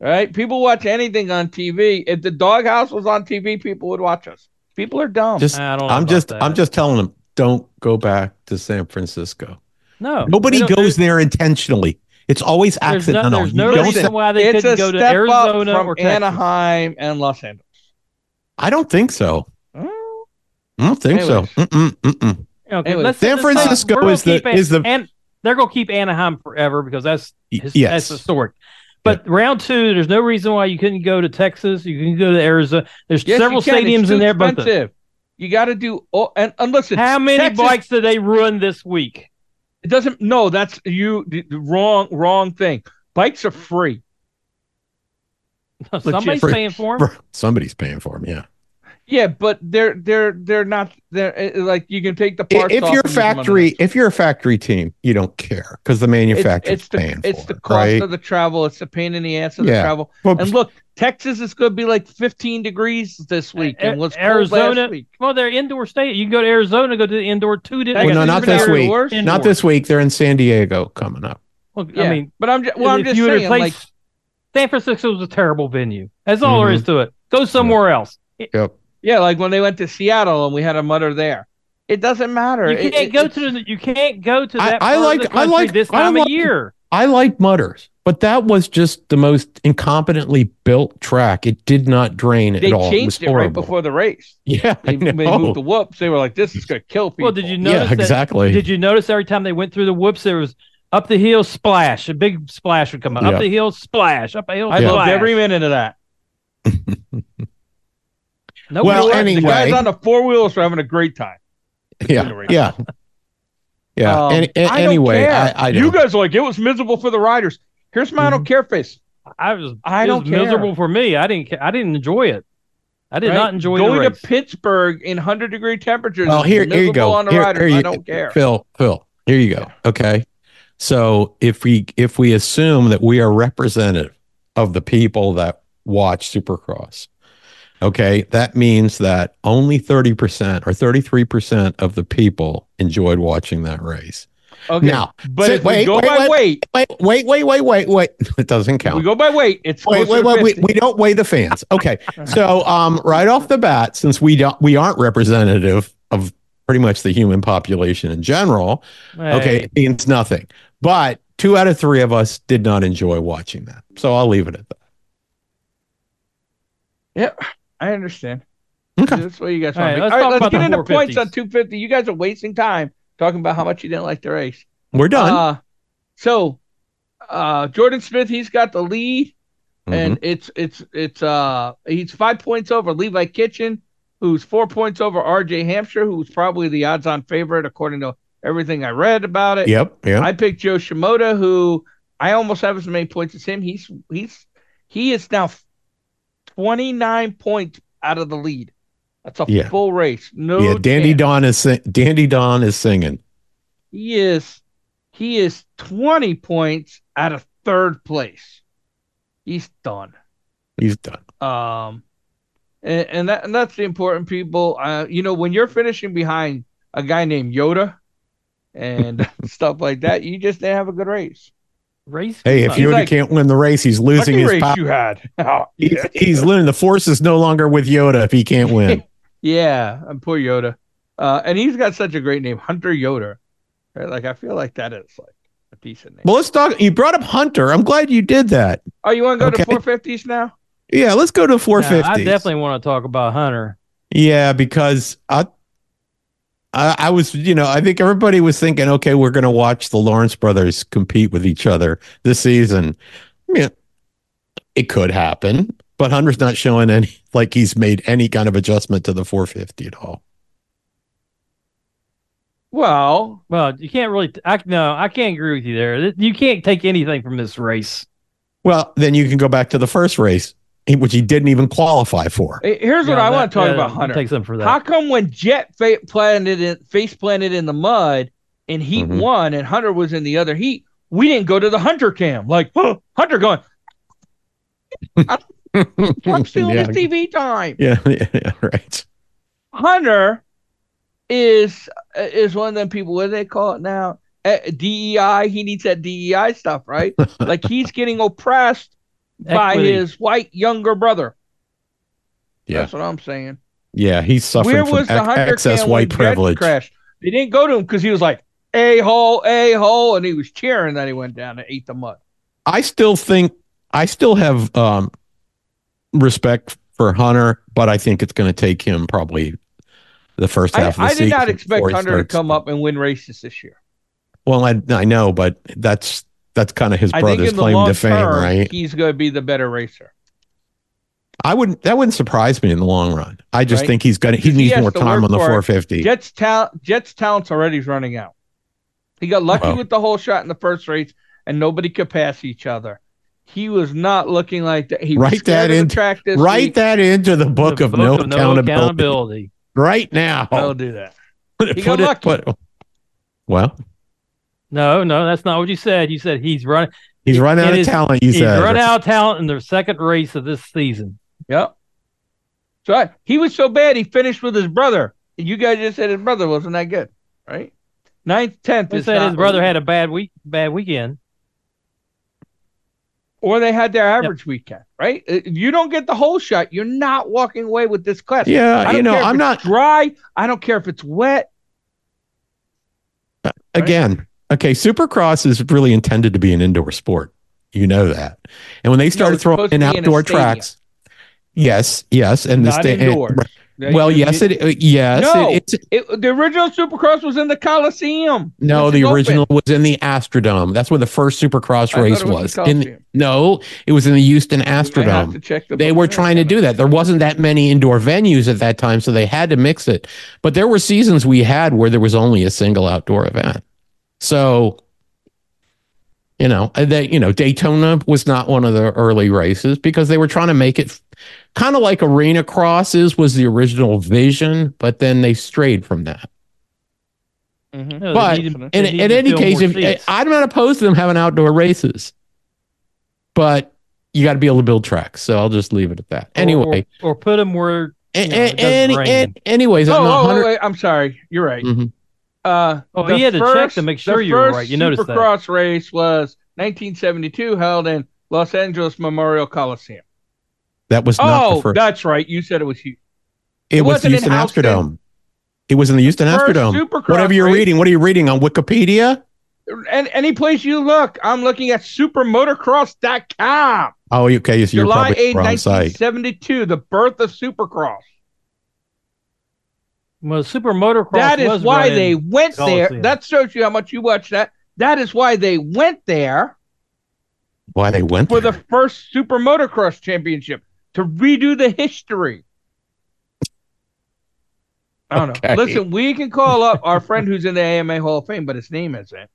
Speaker 2: Right? People watch anything on TV. If the doghouse was on TV, people would watch us. People are dumb.
Speaker 1: Just
Speaker 3: I don't. Know
Speaker 1: I'm
Speaker 3: about
Speaker 1: just
Speaker 3: that.
Speaker 1: I'm just telling them don't go back to San Francisco.
Speaker 3: no.
Speaker 1: Nobody
Speaker 3: they don't-
Speaker 1: goes there intentionally. It's always
Speaker 3: There's no,
Speaker 1: accidental.
Speaker 3: there's
Speaker 1: You
Speaker 3: no
Speaker 1: don't
Speaker 3: reason
Speaker 1: say-
Speaker 3: why they
Speaker 2: it's
Speaker 3: couldn't
Speaker 2: a
Speaker 3: go
Speaker 2: step
Speaker 3: to Arizona
Speaker 2: up
Speaker 3: or
Speaker 2: from
Speaker 3: Texas.
Speaker 2: Anaheim and Los Angeles.
Speaker 1: I don't think so.
Speaker 2: Mm.
Speaker 1: I don't think
Speaker 2: Anyways.
Speaker 1: so. Mm-mm, mm-mm.
Speaker 3: Okay,
Speaker 2: Anyway,
Speaker 3: let's-
Speaker 1: San
Speaker 3: let's not-
Speaker 1: Francisco
Speaker 3: we're gonna
Speaker 1: is the-
Speaker 3: keep An-
Speaker 1: is the-
Speaker 3: and they're gonna keep Anaheim forever because that's
Speaker 1: Y-
Speaker 3: his, that's
Speaker 1: Yes.
Speaker 3: historic. But round two, there's no reason why you couldn't go to Texas. You can go to Arizona. There's
Speaker 2: Yes,
Speaker 3: several
Speaker 2: you can. It's
Speaker 3: stadiums
Speaker 2: too
Speaker 3: in there. But the-
Speaker 2: Expensive. You got to do. Oh, and, and listen,
Speaker 3: how many
Speaker 2: Texas-
Speaker 3: bikes did they ruin this week?
Speaker 2: It doesn't. No, that's you. The, the wrong, wrong thing. Bikes are free.
Speaker 3: Somebody's
Speaker 1: Legit.
Speaker 3: paying for them.
Speaker 1: Somebody's paying for them. Yeah.
Speaker 2: Yeah, but they're they're they're not they're uh, like you can take the
Speaker 1: I-
Speaker 2: parts.
Speaker 1: If
Speaker 2: off
Speaker 1: you're
Speaker 2: and
Speaker 1: a
Speaker 2: use them on the
Speaker 1: factory,
Speaker 2: next-
Speaker 1: if you're a factory team, you don't care because the
Speaker 2: it's,
Speaker 1: manufacturer's
Speaker 2: it's the
Speaker 1: paying
Speaker 2: it's
Speaker 1: for
Speaker 2: the
Speaker 1: it,
Speaker 2: cost
Speaker 1: right?
Speaker 2: of the travel. It's the pain in the ass of the
Speaker 1: Yeah.
Speaker 2: travel.
Speaker 1: Well,
Speaker 2: And look, Texas is going to be like 15 degrees this week,
Speaker 3: A-
Speaker 2: and was cold
Speaker 3: Arizona-
Speaker 2: last week.
Speaker 3: Well, they're indoor state. You can go to Arizona, go to the indoor two. Di-
Speaker 2: Well,
Speaker 1: no, not this
Speaker 3: indoor-
Speaker 1: week.
Speaker 2: Not
Speaker 1: not this week. They're in San Diego coming up.
Speaker 3: Well,
Speaker 2: Yeah.
Speaker 3: I mean,
Speaker 2: But I'm just well, I'm
Speaker 3: if
Speaker 2: just
Speaker 3: you would
Speaker 2: saying,
Speaker 3: replace
Speaker 2: like
Speaker 3: San Francisco was a terrible venue. That's
Speaker 1: Mm-hmm.
Speaker 3: all there is to it. Go somewhere else. It-
Speaker 1: Yep.
Speaker 2: yeah, like when they went to Seattle and we had a mutter there. It doesn't matter.
Speaker 3: You
Speaker 2: It-
Speaker 3: can't
Speaker 2: it-
Speaker 3: go
Speaker 2: it's-
Speaker 3: to the, you can't go to
Speaker 1: I-
Speaker 3: that.
Speaker 1: I
Speaker 3: part of
Speaker 1: like-
Speaker 3: the
Speaker 1: I
Speaker 3: country
Speaker 1: like-
Speaker 3: this
Speaker 1: I
Speaker 3: time
Speaker 1: like-
Speaker 3: of year.
Speaker 1: I like mutters, but that was just the most incompetently built track. It did not drain
Speaker 2: They
Speaker 1: at all. It was
Speaker 2: changed it right
Speaker 1: horrible.
Speaker 2: before the race.
Speaker 1: Yeah, I
Speaker 2: They, they
Speaker 1: know.
Speaker 2: moved the whoops. They were like, "This is going to kill people."
Speaker 3: Well, did you notice
Speaker 1: Yeah, exactly.
Speaker 3: that? Did you notice every time they went through the whoops, there was up the hill splash, a big splash would come out.
Speaker 1: Yeah.
Speaker 3: Up the hill splash, up the hill.
Speaker 2: I
Speaker 3: splash.
Speaker 2: loved every minute of that.
Speaker 3: No
Speaker 1: Well,
Speaker 3: one-
Speaker 1: anyway-
Speaker 2: The guys on the four wheels were having a great time.
Speaker 1: yeah, yeah, yeah.
Speaker 2: Um,
Speaker 1: Any- a-
Speaker 2: I don't
Speaker 1: anyway,
Speaker 2: care.
Speaker 1: Um, I, I
Speaker 2: you
Speaker 1: don't- Mm-hmm.
Speaker 2: guys are like it was miserable for the riders. Here's my I don't care face.
Speaker 3: I was.
Speaker 2: I
Speaker 3: it
Speaker 2: don't
Speaker 3: was
Speaker 2: care.
Speaker 3: miserable for me. I didn't. ca- I didn't enjoy it. I did
Speaker 2: Right?
Speaker 3: not enjoy the
Speaker 2: Going to
Speaker 3: race.
Speaker 2: Pittsburgh in hundred degree temperatures.
Speaker 1: Well,
Speaker 2: is
Speaker 1: here, here you
Speaker 2: miserable
Speaker 1: go.
Speaker 2: On a
Speaker 1: Here-
Speaker 2: rider,
Speaker 1: here you-
Speaker 2: I don't care.
Speaker 1: Phil, Phil, here you go. Okay. So if we if we assume that we are representative of the people that watch Supercross, okay, that means that only 30% or 33% of the people enjoyed watching that race.
Speaker 2: Okay,
Speaker 1: Now,
Speaker 2: but
Speaker 1: so
Speaker 2: if we
Speaker 1: wait,
Speaker 2: go
Speaker 1: wait,
Speaker 2: by
Speaker 1: wait.
Speaker 2: weight,
Speaker 1: wait, wait, wait, wait, wait, wait. It doesn't count
Speaker 2: we go by weight. It's
Speaker 1: wait,
Speaker 2: closer
Speaker 1: wait,
Speaker 2: to
Speaker 1: wait, wait.
Speaker 2: 50.
Speaker 1: We don't weigh the fans. Okay. So um right off the bat, since we don't we aren't representative of pretty much the human population in general, okay,
Speaker 3: Hey,
Speaker 1: it means nothing. But two out of three of us did not enjoy watching that. So I'll leave it at that.
Speaker 2: I understand.
Speaker 1: Okay.
Speaker 2: That's what you guys
Speaker 3: All right,
Speaker 2: want. to be.
Speaker 3: let's
Speaker 2: All
Speaker 3: talk
Speaker 2: right, let's
Speaker 3: about
Speaker 2: get
Speaker 3: the
Speaker 2: into points
Speaker 3: 450s.
Speaker 2: on 250. You guys are wasting time talking about how much you didn't like the race.
Speaker 1: We're done.
Speaker 2: Uh, so, uh, Jordan Smith, he's got the lead,
Speaker 1: Mm-hmm.
Speaker 2: and it's it's it's uh he's five points over Levi Kitchen, who's four points over R.J. Hampshire, who's probably the odds-on favorite according to everything I read about it.
Speaker 1: Mhm. Yep. Yep.
Speaker 2: I picked Joe Shimoda, who I almost have as many points as him. He's he's he is now twenty nine points out of the lead. That's a
Speaker 1: Yeah.
Speaker 2: full race. No,
Speaker 1: yeah. Dandy
Speaker 2: chance.
Speaker 1: Don is sing- Dandy Don is singing.
Speaker 2: he is he is twenty points out of third place. He's done.
Speaker 1: He's done.
Speaker 2: Um, and, and that and that's the important people. Uh, you know, when you're finishing behind a guy named Yoda and stuff like that, you just didn't have a good race.
Speaker 3: race.
Speaker 1: Hey, if
Speaker 3: sucks.
Speaker 2: He's
Speaker 1: Yoda
Speaker 2: Uh, like,
Speaker 1: can't win the race, he's losing
Speaker 2: Lucky
Speaker 1: his
Speaker 2: race
Speaker 1: power.
Speaker 2: you had. Oh,
Speaker 1: He's,
Speaker 2: yeah.
Speaker 1: he's losing. The force is no longer with Yoda if he can't win.
Speaker 2: yeah, I'm poor Yoda. Uh, and he's got such a great name, Hunter Yoda. Right? Like I feel like that is like a decent name.
Speaker 1: well, let's talk. You brought up Hunter. I'm glad you did that.
Speaker 2: Oh, you want to go
Speaker 1: okay.
Speaker 2: to 450s now?
Speaker 1: Yeah, let's go to
Speaker 3: Nah,
Speaker 1: 450.
Speaker 3: I definitely want to talk about Hunter.
Speaker 1: Yeah, because I, I, I was, you know, I think everybody was thinking, okay, we're going to watch the Lawrence brothers compete with each other this season. I mean, it could happen, but Hunter's not showing any like he's made any kind of adjustment to the 450 at all.
Speaker 2: Well,
Speaker 3: Well, you can't really. I no, I can't agree with you there. You can't take anything from this race.
Speaker 1: Well, then you can go back to the first race, which he didn't even qualify for.
Speaker 2: eh, here's what
Speaker 3: No,
Speaker 2: I
Speaker 3: that-
Speaker 2: want to talk
Speaker 3: that-
Speaker 2: about
Speaker 3: you
Speaker 2: Hunter.
Speaker 3: Take something for that.
Speaker 2: How come when Jet fa- planted in, face planted in the mud and Heat
Speaker 1: Mhm.
Speaker 2: one and Hunter was in the other Heat, we didn't go to the Hunter cam? Like, huh, Hunter going, I'm stealing
Speaker 1: yeah.
Speaker 2: his TV time.
Speaker 1: yeah, yeah, yeah, right.
Speaker 2: Hunter is is one of them people. What do they call it now? Uh, DEI. He needs that DEI stuff, right? like he's getting oppressed by
Speaker 3: Equity.
Speaker 2: his white younger brother.
Speaker 1: Yeah.
Speaker 2: That's what I'm saying.
Speaker 1: Yeah, he's suffering
Speaker 2: Where
Speaker 1: from
Speaker 2: was the
Speaker 1: ex-
Speaker 2: Hunter
Speaker 1: excess
Speaker 2: Cam
Speaker 1: white
Speaker 2: when Jets
Speaker 1: privilege.
Speaker 2: Crashed? They didn't go to him because he was like a hole, a hole, and he was cheering that he went down and ate the mud.
Speaker 1: I still think I still have um, respect for Hunter, but I think it's going to take him probably the first
Speaker 2: I,
Speaker 1: half.
Speaker 2: I
Speaker 1: of the
Speaker 2: did not
Speaker 1: season
Speaker 2: expect
Speaker 1: before he
Speaker 2: Hunter to
Speaker 1: starts.
Speaker 2: come up and win races this year.
Speaker 1: Well, I, I know, but that's that's kind of his
Speaker 2: I think
Speaker 1: brother's
Speaker 2: in the
Speaker 1: claim
Speaker 2: long
Speaker 1: to fame,
Speaker 2: term,
Speaker 1: right?
Speaker 2: he's going to be the better racer.
Speaker 1: I wouldn't that wouldn't surprise me in the long run. I just
Speaker 2: Right.
Speaker 1: think he's going to he
Speaker 2: He
Speaker 1: needs
Speaker 2: has
Speaker 1: more
Speaker 2: to
Speaker 1: time on
Speaker 2: work
Speaker 1: the
Speaker 2: for it.
Speaker 1: 450.
Speaker 2: Jets talent, Jets talent's already is running out. He got lucky
Speaker 1: Wow.
Speaker 2: with the whole shot in the first race, and nobody could pass each other. He was not looking like that. He was
Speaker 1: Write
Speaker 2: scared
Speaker 1: that
Speaker 2: of the
Speaker 1: in-
Speaker 2: track this
Speaker 1: Write
Speaker 2: week.
Speaker 1: that into the book,
Speaker 3: The
Speaker 1: of, no accountability
Speaker 3: accountability.
Speaker 1: right now.
Speaker 2: I'll do that.
Speaker 1: Put it-
Speaker 2: he got
Speaker 1: put it-
Speaker 2: lucky.
Speaker 1: put- well,
Speaker 3: No, no, that's not what you said. You said he's run.
Speaker 1: he's run out
Speaker 3: It
Speaker 1: of
Speaker 3: is-
Speaker 1: talent. You
Speaker 3: he's
Speaker 1: said
Speaker 3: run out of talent in the second race of this season.
Speaker 2: Yep. So I, he was so bad he finished with his brother. And you guys just said his brother wasn't that good, right? Ninth, tenth.
Speaker 3: They
Speaker 2: is
Speaker 3: said
Speaker 2: not-
Speaker 3: his brother had a bad week, bad weekend.
Speaker 2: or they had their average weekend, right? If you don't get the whole shot, you're not walking away with this class. I
Speaker 1: Yeah,
Speaker 2: don't
Speaker 1: you know,
Speaker 2: care if
Speaker 1: I'm
Speaker 2: it's
Speaker 1: not
Speaker 2: dry. I don't care if it's wet. Right?
Speaker 1: again, okay, Supercross is really intended to be an indoor sport. You know that. And when they started
Speaker 2: it's
Speaker 1: throwing
Speaker 2: supposed
Speaker 1: in
Speaker 2: to be in a
Speaker 1: outdoor
Speaker 2: stadium.
Speaker 1: tracks, yes, yes, and the
Speaker 2: not
Speaker 1: sta-
Speaker 2: indoors.
Speaker 1: and- well, yes, it, uh, yes,
Speaker 2: No.
Speaker 1: it, it's
Speaker 2: It, the original Supercross was in the Coliseum.
Speaker 1: no.
Speaker 2: Yes,
Speaker 1: the
Speaker 2: it's open.
Speaker 1: original was in the Astrodome. That's where the first Supercross
Speaker 2: I thought
Speaker 1: race
Speaker 2: it was
Speaker 1: was.
Speaker 2: the
Speaker 1: in
Speaker 2: Coliseum.
Speaker 1: no, it was in the Houston
Speaker 2: We might have to
Speaker 1: Astrodome.
Speaker 2: check the
Speaker 1: They were trying to do that. There wasn't that many indoor venues at that time, so they had to mix it. But there were seasons we had where there was only a single outdoor event. So You know, and that you know, Daytona was not one of the early races because they were trying to make it kind of like arena crosses was the original vision, but then they strayed from that.
Speaker 3: No,
Speaker 2: Mm-hmm.
Speaker 3: they
Speaker 1: But
Speaker 3: needed-
Speaker 1: In,
Speaker 3: they
Speaker 1: in
Speaker 3: needed to
Speaker 1: any
Speaker 3: fill
Speaker 1: case,
Speaker 3: more
Speaker 1: if, eh,
Speaker 3: seats.
Speaker 1: I'm not opposed to them having outdoor races, but you got to be able to build tracks. So I'll just leave it at that.
Speaker 3: Or-
Speaker 1: Anyway,
Speaker 3: or, or put them where
Speaker 1: A-
Speaker 3: know, it
Speaker 1: a-
Speaker 3: doesn't
Speaker 1: any-
Speaker 3: rain. Mm-hmm.
Speaker 1: an- anyways,
Speaker 2: Oh,
Speaker 1: I'm
Speaker 2: oh,
Speaker 1: not
Speaker 2: wait,
Speaker 1: 100
Speaker 2: wait, I'm sorry. You're right.
Speaker 1: Mhm.
Speaker 2: Uh,
Speaker 3: Oh,
Speaker 2: the
Speaker 3: he had to check to make
Speaker 2: the
Speaker 3: sure you were
Speaker 2: first
Speaker 3: right. You noticed that.
Speaker 2: Supercross race was 1972, held in Los Angeles Memorial Coliseum.
Speaker 1: That was not the
Speaker 2: Oh,
Speaker 1: first.
Speaker 2: that's right. You You said it was huge.
Speaker 1: it,
Speaker 2: it
Speaker 1: was the
Speaker 2: wasn't in
Speaker 1: Houston
Speaker 2: Houston.
Speaker 1: Astrodome. It was in the Houston
Speaker 2: First
Speaker 1: Astrodome.
Speaker 2: Supercross
Speaker 1: Whatever you're
Speaker 2: race-
Speaker 1: reading, what are you reading on Wikipedia?
Speaker 2: And any place you look, I'm looking at supermotocross.com.
Speaker 1: Oh, okay. So you're
Speaker 2: July
Speaker 1: probably
Speaker 2: 8,
Speaker 1: wrong site.
Speaker 2: 1972, the birth of supercross.
Speaker 3: well, super motocross.
Speaker 2: That is
Speaker 3: was
Speaker 2: why
Speaker 3: running.
Speaker 2: they went there.
Speaker 3: Coliseum.
Speaker 2: That shows you how much you watch that. That is why they went there
Speaker 1: Why they went
Speaker 2: for
Speaker 1: there?
Speaker 2: the first super motocross championship to redo the history. I don't
Speaker 1: Okay.
Speaker 2: know. Listen, we can call up our friend who's in the AMA Hall of Fame, but his name isn't.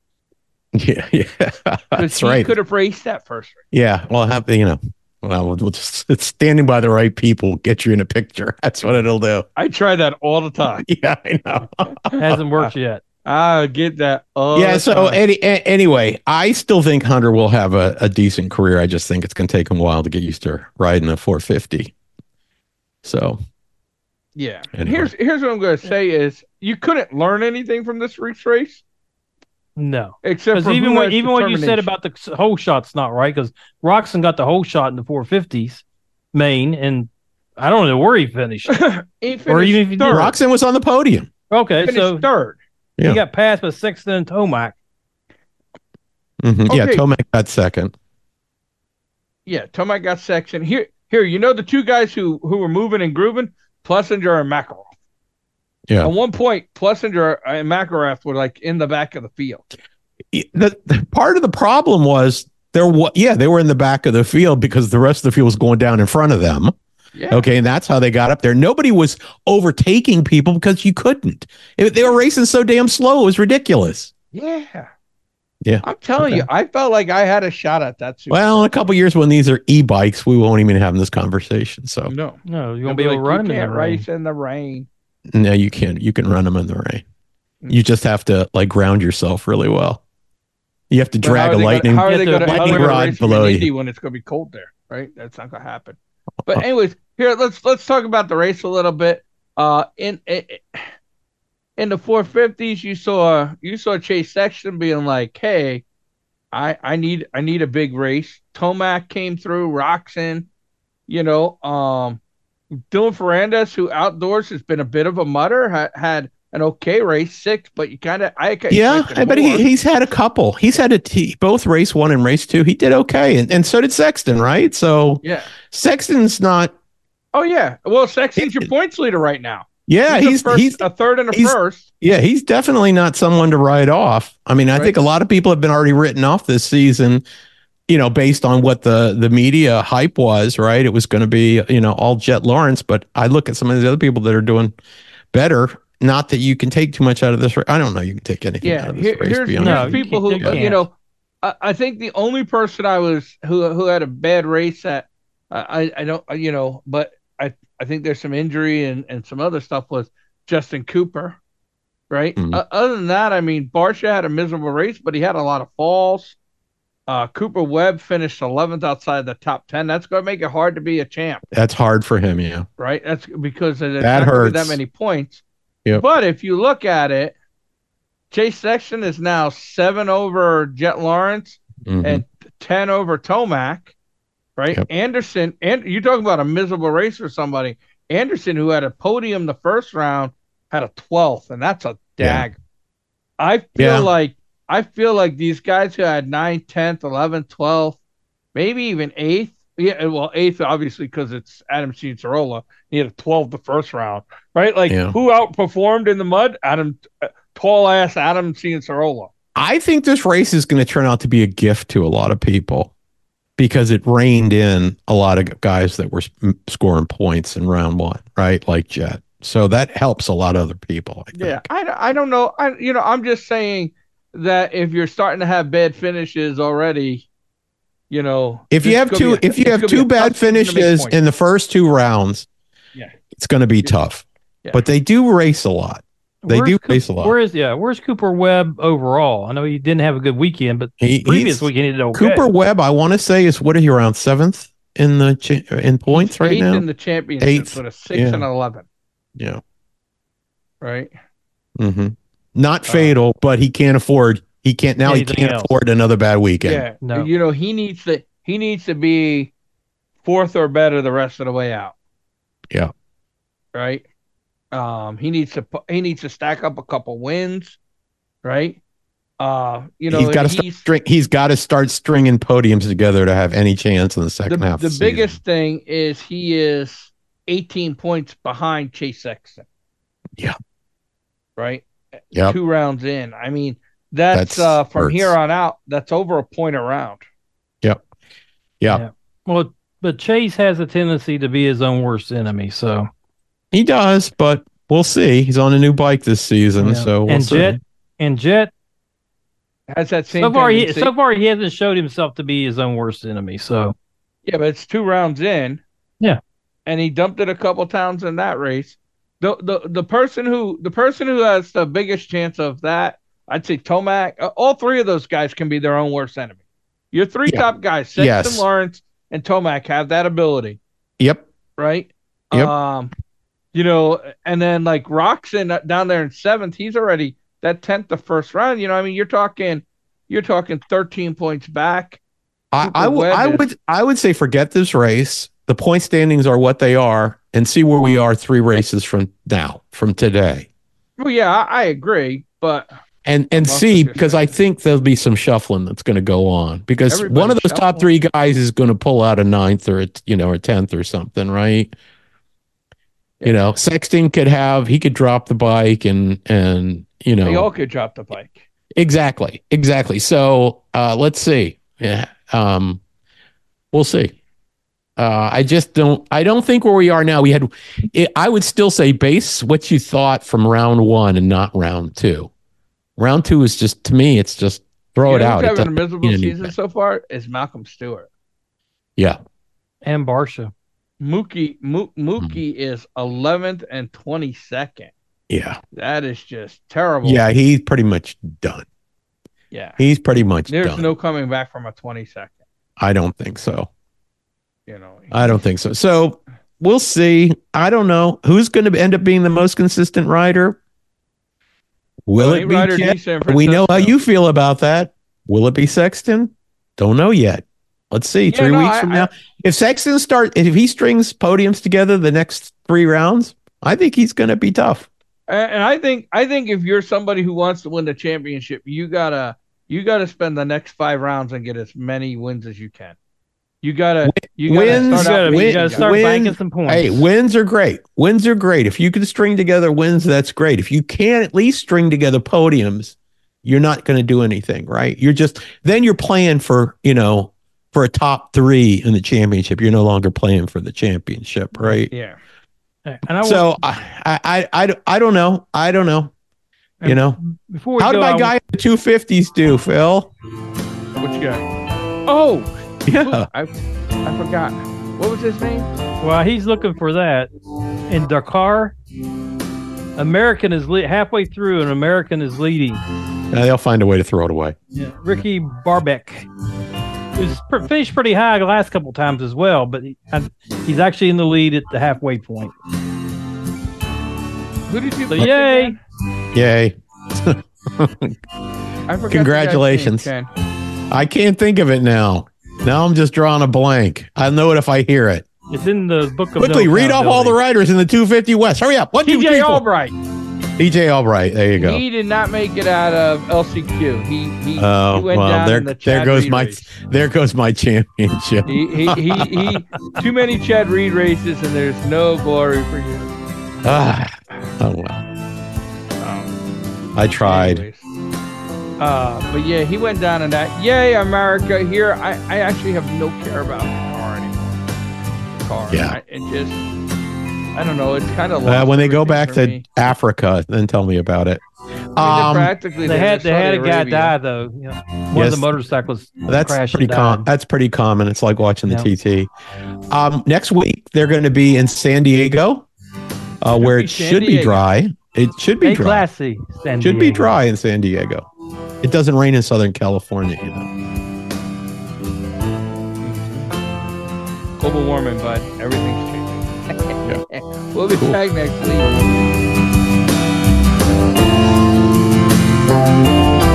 Speaker 1: yeah, yeah.
Speaker 2: 'Cause
Speaker 1: that's
Speaker 2: he
Speaker 1: right.
Speaker 2: could have raced that first race.
Speaker 1: Yeah. Well, have you know? Well, we'll- we'll just, it's standing by the right people will get you in a picture. That's what it'll do.
Speaker 2: I try that all the time.
Speaker 1: Yeah, I know.
Speaker 3: hasn't worked yet.
Speaker 2: I get that all
Speaker 1: yeah.
Speaker 2: the
Speaker 1: So
Speaker 2: time.
Speaker 1: any, a- anyway, I still think Hunter will have a, a decent career. I just think it's going to take him a while to get used to riding a 450. So
Speaker 2: Yeah.
Speaker 1: Anyway.
Speaker 2: Here's here's what I'm going to say is you couldn't learn anything from this week's race
Speaker 3: No,
Speaker 2: except
Speaker 3: because
Speaker 2: for
Speaker 3: even
Speaker 2: who
Speaker 3: what
Speaker 2: has
Speaker 3: even what you said
Speaker 2: determination.
Speaker 3: about the s- whole shot's not right because Roxon got the whole shot in the 450s main, and I don't know where he finished.
Speaker 2: he
Speaker 3: or
Speaker 2: finished
Speaker 3: even if you did
Speaker 2: third.
Speaker 3: Rock-
Speaker 1: Roxon was on the podium.
Speaker 3: Okay,
Speaker 2: finished
Speaker 3: so
Speaker 2: third.
Speaker 1: Yeah.
Speaker 3: he got passed by Sexton and Tomac.
Speaker 1: Mhm. Yeah,
Speaker 2: Okay.
Speaker 1: Tomac got second.
Speaker 2: Yeah, Tomac got section. Here here, you know the two guys who who were moving and grooving, Plessinger and Makarov.
Speaker 1: Yeah.
Speaker 2: At one point, Plessinger and Makarov were like in the back of the field.
Speaker 1: The, the- part of the problem was there. Wa- yeah, they were in the back of the field because the rest of the field was going down in front of them.
Speaker 2: Yeah.
Speaker 1: Okay, and that's how they got up there. Nobody was overtaking people because you couldn't. It- they were racing so damn slow, it was ridiculous.
Speaker 2: Yeah.
Speaker 1: Yeah.
Speaker 2: I'm telling
Speaker 1: Okay.
Speaker 2: you, I felt like I had a shot at that. Super
Speaker 1: Well, in a couple years when these are e-bikes, we won't even have this conversation. So
Speaker 2: no.
Speaker 3: No, you're
Speaker 2: They'll
Speaker 3: gonna be able
Speaker 2: like,
Speaker 3: to run him
Speaker 2: you
Speaker 3: in the
Speaker 2: can't
Speaker 3: rain.
Speaker 2: race in the rain.
Speaker 1: no, you can you can run them in the rain.
Speaker 2: Mm.
Speaker 1: You just have to like ground yourself really well. You have to
Speaker 2: But how
Speaker 1: drag
Speaker 2: are
Speaker 1: a
Speaker 2: they gonna-
Speaker 1: lightning.
Speaker 2: how are they
Speaker 3: Get the
Speaker 2: gonna- how are they
Speaker 1: lightning
Speaker 2: gonna
Speaker 1: rod
Speaker 2: race you in
Speaker 1: below you.
Speaker 2: Indy when it's going to be cold there, right? That's not going to happen. But anyways, here let's let's talk about the race a little bit. Uh, in in, in the 450s, you saw you saw Chase Sexton being like, "Hey, I I need I need a big race." Tomac came through, Roxon, you know, um, Dylan Ferrandez, who outdoors has been a bit of a mutter, had had an okay race, six, but you kind of I
Speaker 1: Yeah,
Speaker 2: expected
Speaker 1: I bet he,
Speaker 2: more.
Speaker 1: he's had a couple. He's had a t- both race one and race two. He did okay, and, and so did Sexton, right? So
Speaker 2: yeah.
Speaker 1: Sexton's not.
Speaker 2: Oh yeah. Well, Sexton's
Speaker 1: He-
Speaker 2: your points leader right now.
Speaker 1: Yeah,
Speaker 2: a
Speaker 1: he's
Speaker 2: first-
Speaker 1: he's
Speaker 2: a third and a
Speaker 1: he's-
Speaker 2: first.
Speaker 1: yeah he's definitely not someone to write off. I mean, I
Speaker 2: Right.
Speaker 1: think a lot of people have been already written off this season. You know, based on what the the media hype was, right? It was going to be you know all Jet Lawrence, but I look at some of these other people that are doing better. Not that you can take too much out of this. ra- I don't know. You can take anything out
Speaker 2: Yeah.
Speaker 1: of this
Speaker 2: Here,
Speaker 1: race.
Speaker 2: here's,
Speaker 1: beyond
Speaker 2: here's
Speaker 3: No, you
Speaker 2: people
Speaker 3: can't-
Speaker 2: who
Speaker 3: you
Speaker 2: you
Speaker 3: can't.
Speaker 2: know. I, I think the only person I was who who had a bad race that I I- I don't you know, but I I think there's some injury and and some other stuff was Justin Cooper, right?
Speaker 1: Mhm.
Speaker 2: O- other than that, I mean, Barsha had a miserable race, but he had a lot of falls. Uh, Cooper Webb finished 11th outside the top 10. That's going to make it hard to be a champ.
Speaker 1: That's hard for him. Yeah.
Speaker 2: right? That's because there's
Speaker 1: That
Speaker 2: not gonna be that
Speaker 1: hurts.
Speaker 2: many points.
Speaker 1: Yep.
Speaker 2: But if you look at it, Chase Sexton is now seven over Jet Lawrence
Speaker 1: Mhm.
Speaker 2: and ten over Tomac, right?
Speaker 1: Yep.
Speaker 2: Anderson and you talk about a miserable race for somebody. Anderson, who had a podium the first round, had a twelfth, and that's a
Speaker 1: Yeah.
Speaker 2: dag. I feel
Speaker 1: Yeah.
Speaker 2: like I feel like these guys who had 9th, 10th, 11th, 12th, maybe even 8th. Yeah, well, 8th, obviously, because it's Adam Cincerola. He had a 12 the first round, right? Like,
Speaker 1: Yeah.
Speaker 2: who outperformed in the mud? Adam, uh, tall ass Adam Cincerola.
Speaker 1: I think this race is going to turn out to be a gift to a lot of people because it rained in a lot of guys that were s- m- scoring points in round one, right? Like Jet. So that helps a lot of other people. I think.
Speaker 2: Yeah, I, I don't know. I, you know, I'm just saying that if you're starting to have bad finishes already, you know,
Speaker 1: If you
Speaker 2: it's
Speaker 1: have
Speaker 2: gonna be
Speaker 1: two,
Speaker 2: a-
Speaker 1: if you
Speaker 2: it's
Speaker 1: have
Speaker 2: gonna be
Speaker 1: two
Speaker 2: a
Speaker 1: bad
Speaker 2: tough thing to make
Speaker 1: finishes
Speaker 2: points.
Speaker 1: in the first two rounds,
Speaker 3: Yeah.
Speaker 1: it's going to be tough.
Speaker 2: Yeah.
Speaker 1: But they do race a lot. They do
Speaker 3: Cooper,
Speaker 1: race a lot.
Speaker 3: Where is yeah? Where's Cooper Webb overall? I know he didn't have a good weekend, but
Speaker 1: He,
Speaker 3: previous
Speaker 1: he's-
Speaker 3: weekend he did okay.
Speaker 1: Cooper Webb, I want to say is what are you around seventh in the cha- in points right
Speaker 2: eighth
Speaker 1: now?
Speaker 2: in the championship
Speaker 1: Eighth,
Speaker 2: with a six
Speaker 1: yeah.
Speaker 2: and eleven,
Speaker 1: yeah.
Speaker 2: right?
Speaker 1: hmm
Speaker 3: Mm-hmm.
Speaker 1: Not
Speaker 2: Uh,
Speaker 1: fatal, but he can't afford. He can't now. He
Speaker 3: Anything
Speaker 1: can't
Speaker 3: else.
Speaker 1: afford another bad weekend.
Speaker 2: Yeah,
Speaker 3: No.
Speaker 2: you know he needs to he needs to be fourth or better the rest of the way out.
Speaker 1: Yeah.
Speaker 2: Right. Um. He needs to pu- he needs to stack up a couple wins. Right. Uh. You know
Speaker 1: he's got to start.
Speaker 2: he's-
Speaker 1: String, he's got to start stringing podiums together to have any chance in the
Speaker 2: the,
Speaker 1: second half. of
Speaker 2: the
Speaker 1: season.
Speaker 2: biggest thing is he is 18 points behind Chase Sexton.
Speaker 1: Yeah.
Speaker 2: Right?
Speaker 1: Yep.
Speaker 2: Two rounds in. I mean, that's,
Speaker 1: That's-
Speaker 2: uh from
Speaker 1: hurts.
Speaker 2: here on out, that's over a point around.
Speaker 1: Yeah.
Speaker 3: Yeah. Well, but Chase has a tendency to be his own worst enemy. So
Speaker 1: He does, but we'll see. He's on a new bike this season,
Speaker 3: Yeah.
Speaker 1: so we'll
Speaker 3: and
Speaker 1: see.
Speaker 3: Jet and Jet
Speaker 2: Has that same
Speaker 3: so far he,
Speaker 2: tendency.
Speaker 3: so far he hasn't showed himself to be his own worst enemy. So
Speaker 2: Yeah, but it's two rounds in.
Speaker 3: Yeah.
Speaker 2: And he dumped it a couple times in that race. The the the person who the person who has the biggest chance of that, I'd say Tomac. uh, All three of those guys can be their own worst enemy. Your three
Speaker 1: Yeah.
Speaker 2: top guys, Sexton
Speaker 1: Yes.
Speaker 2: Lawrence and Tomac have that ability,
Speaker 1: Yep.
Speaker 2: right?
Speaker 1: Yep.
Speaker 2: Um you know, and then like Roxon uh, down there in seventh, he's already that tenth the first round. You know, I mean, you're talking you're talking thirteen points back.
Speaker 1: I,
Speaker 2: Cooper
Speaker 1: I, w-
Speaker 2: Webb
Speaker 1: I
Speaker 2: is-
Speaker 1: would I would say forget this race. The point standings are what they are, and see where we are three races from now, from today,
Speaker 2: Well, yeah, I, I agree, but
Speaker 1: and and
Speaker 2: Lost
Speaker 1: see
Speaker 2: it yesterday.
Speaker 1: because I think there'll be some shuffling that's going to go on because one of
Speaker 2: Everybody's
Speaker 1: those top
Speaker 2: shuffling.
Speaker 1: three guys is going to pull out a ninth or a, t- you know or tenth or something, right? You know, Sexton could have he could drop the bike and and you know
Speaker 2: They all could drop the bike.
Speaker 1: Exactly. Exactly. So uh, let's see. Yeah. Um, we'll see. Uh, I just don't. I don't think where we are now. We had. It, I would still say base what you thought from round one and not round two. Round two is just to me. It's just throw
Speaker 2: You
Speaker 1: it
Speaker 2: know who's
Speaker 1: out. It
Speaker 2: having a
Speaker 1: doesn't-
Speaker 2: miserable
Speaker 1: mean
Speaker 2: season
Speaker 1: anything.
Speaker 2: so far is Malcolm Stewart.
Speaker 1: yeah.
Speaker 3: and Barsha.
Speaker 2: Mookie Mo- Mookie
Speaker 1: Mm-hmm.
Speaker 2: is 11th and 22nd.
Speaker 1: Yeah.
Speaker 2: That is just terrible.
Speaker 1: Yeah. He's pretty much done.
Speaker 2: yeah.
Speaker 1: He's pretty much
Speaker 2: There's
Speaker 1: done.
Speaker 2: no coming back from a 22nd.
Speaker 1: I don't think so.
Speaker 2: You know.
Speaker 1: I don't think so. So we'll see. I don't know who's going to end up being the most consistent rider. Will
Speaker 2: Well,
Speaker 1: it
Speaker 2: ain't
Speaker 1: be
Speaker 2: Ryder
Speaker 1: Jet?
Speaker 2: D San
Speaker 1: We know how
Speaker 2: Francisco.
Speaker 1: you feel about that. Will it be Sexton? Don't know yet. Let's see.
Speaker 2: Yeah,
Speaker 1: three
Speaker 2: no,
Speaker 1: weeks
Speaker 2: I-
Speaker 1: from
Speaker 2: I-
Speaker 1: now, if Sexton start, if he strings podiums together the next three rounds, I think he's going to be tough.
Speaker 2: And and I think I think if you're somebody who wants to win the championship, you gotta you gotta spend the next five rounds and get as many wins as you can. You gotta you gotta
Speaker 1: Wins-
Speaker 2: start
Speaker 3: You
Speaker 2: out
Speaker 3: gotta,
Speaker 2: beating
Speaker 3: you
Speaker 1: win-
Speaker 3: gotta
Speaker 2: guys.
Speaker 3: start
Speaker 1: win-
Speaker 3: banking some points.
Speaker 1: Hey, wins are great. Wins are great. If you can string together wins, that's great. If you can't at least string together podiums, you're not going to do anything, right? You're just then you're playing for, you know, for a top 3 in the championship. You're no longer playing for the championship, right?
Speaker 2: Yeah.
Speaker 3: and I want-
Speaker 1: So I, I I I- I don't know. I don't know. You know,
Speaker 3: before we
Speaker 1: how did
Speaker 3: go, I
Speaker 1: my
Speaker 3: want-
Speaker 1: guy in the 250s do, Phil?
Speaker 2: Which guy? Oh,
Speaker 1: Yeah.
Speaker 2: I, I forgot. What was his name?
Speaker 3: Well, he's looking for that in Dakar. American is le- halfway through, and American is leading.
Speaker 1: Now they'll find a way to throw it away.
Speaker 3: Ricky Barbeck, who's pr- finished pretty high the last couple times as well, but he, I, he's actually in the lead at the halfway point.
Speaker 2: Who did you?
Speaker 3: So
Speaker 2: pick
Speaker 3: yay.
Speaker 2: again?
Speaker 1: Yay.
Speaker 2: I forgot. the guy's
Speaker 1: Congratulations.
Speaker 2: name, Ken.
Speaker 1: I can't think of it now. Now I'm just drawing a blank. I know it if I hear it.
Speaker 3: It's in the book of
Speaker 1: Quickly,
Speaker 3: no
Speaker 1: read off all the
Speaker 3: accountability.
Speaker 1: riders in the 250 West. Hurry up. One, two, three,
Speaker 3: TJ
Speaker 1: four.
Speaker 3: Albright.
Speaker 1: DJ Albright. There you go.
Speaker 2: He did not make it out of LCQ. He he,
Speaker 1: Oh,
Speaker 2: he went
Speaker 1: well,
Speaker 2: down
Speaker 1: there-
Speaker 2: in the
Speaker 1: there
Speaker 2: Chad
Speaker 1: goes
Speaker 2: Reed
Speaker 1: my-
Speaker 2: race.
Speaker 1: There goes my championship.
Speaker 2: He, he, he, he, too many Chad Reed races, and there's no glory for you.
Speaker 1: Ah, oh, well. Oh,
Speaker 2: Um,
Speaker 1: I tried.
Speaker 2: anyways. Uh, but yeah, he went down in that. Yay, America! Here, I, I actually have no care about the car anymore. The car,
Speaker 1: Yeah.
Speaker 2: I, it just I don't know. It's kind of
Speaker 1: Uh, when they go back to Africa, then tell me about it. Um,
Speaker 2: practically
Speaker 3: They had they had a
Speaker 2: Saudi
Speaker 3: guy
Speaker 2: Arabia.
Speaker 3: die though. You know, one
Speaker 1: Yes.
Speaker 3: of the motorcyclists.
Speaker 1: that's
Speaker 3: crashed
Speaker 1: pretty
Speaker 3: and
Speaker 1: com-
Speaker 3: died.
Speaker 1: that's pretty common. It's like watching the TT. Um, next week they're going to be in San Diego, uh, where
Speaker 2: be
Speaker 1: it
Speaker 2: San
Speaker 1: should be
Speaker 2: Diego.
Speaker 1: dry. It should be
Speaker 3: Stay
Speaker 1: dry.
Speaker 3: classy. San
Speaker 1: Should be
Speaker 3: Diego.
Speaker 1: dry in San Diego. It doesn't rain in Southern California, you know.
Speaker 2: Global warming, but everything's changing. We'll be
Speaker 1: Cool.
Speaker 2: back next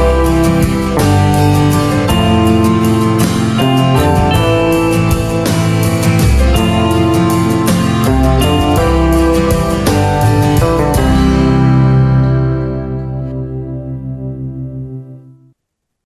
Speaker 2: week.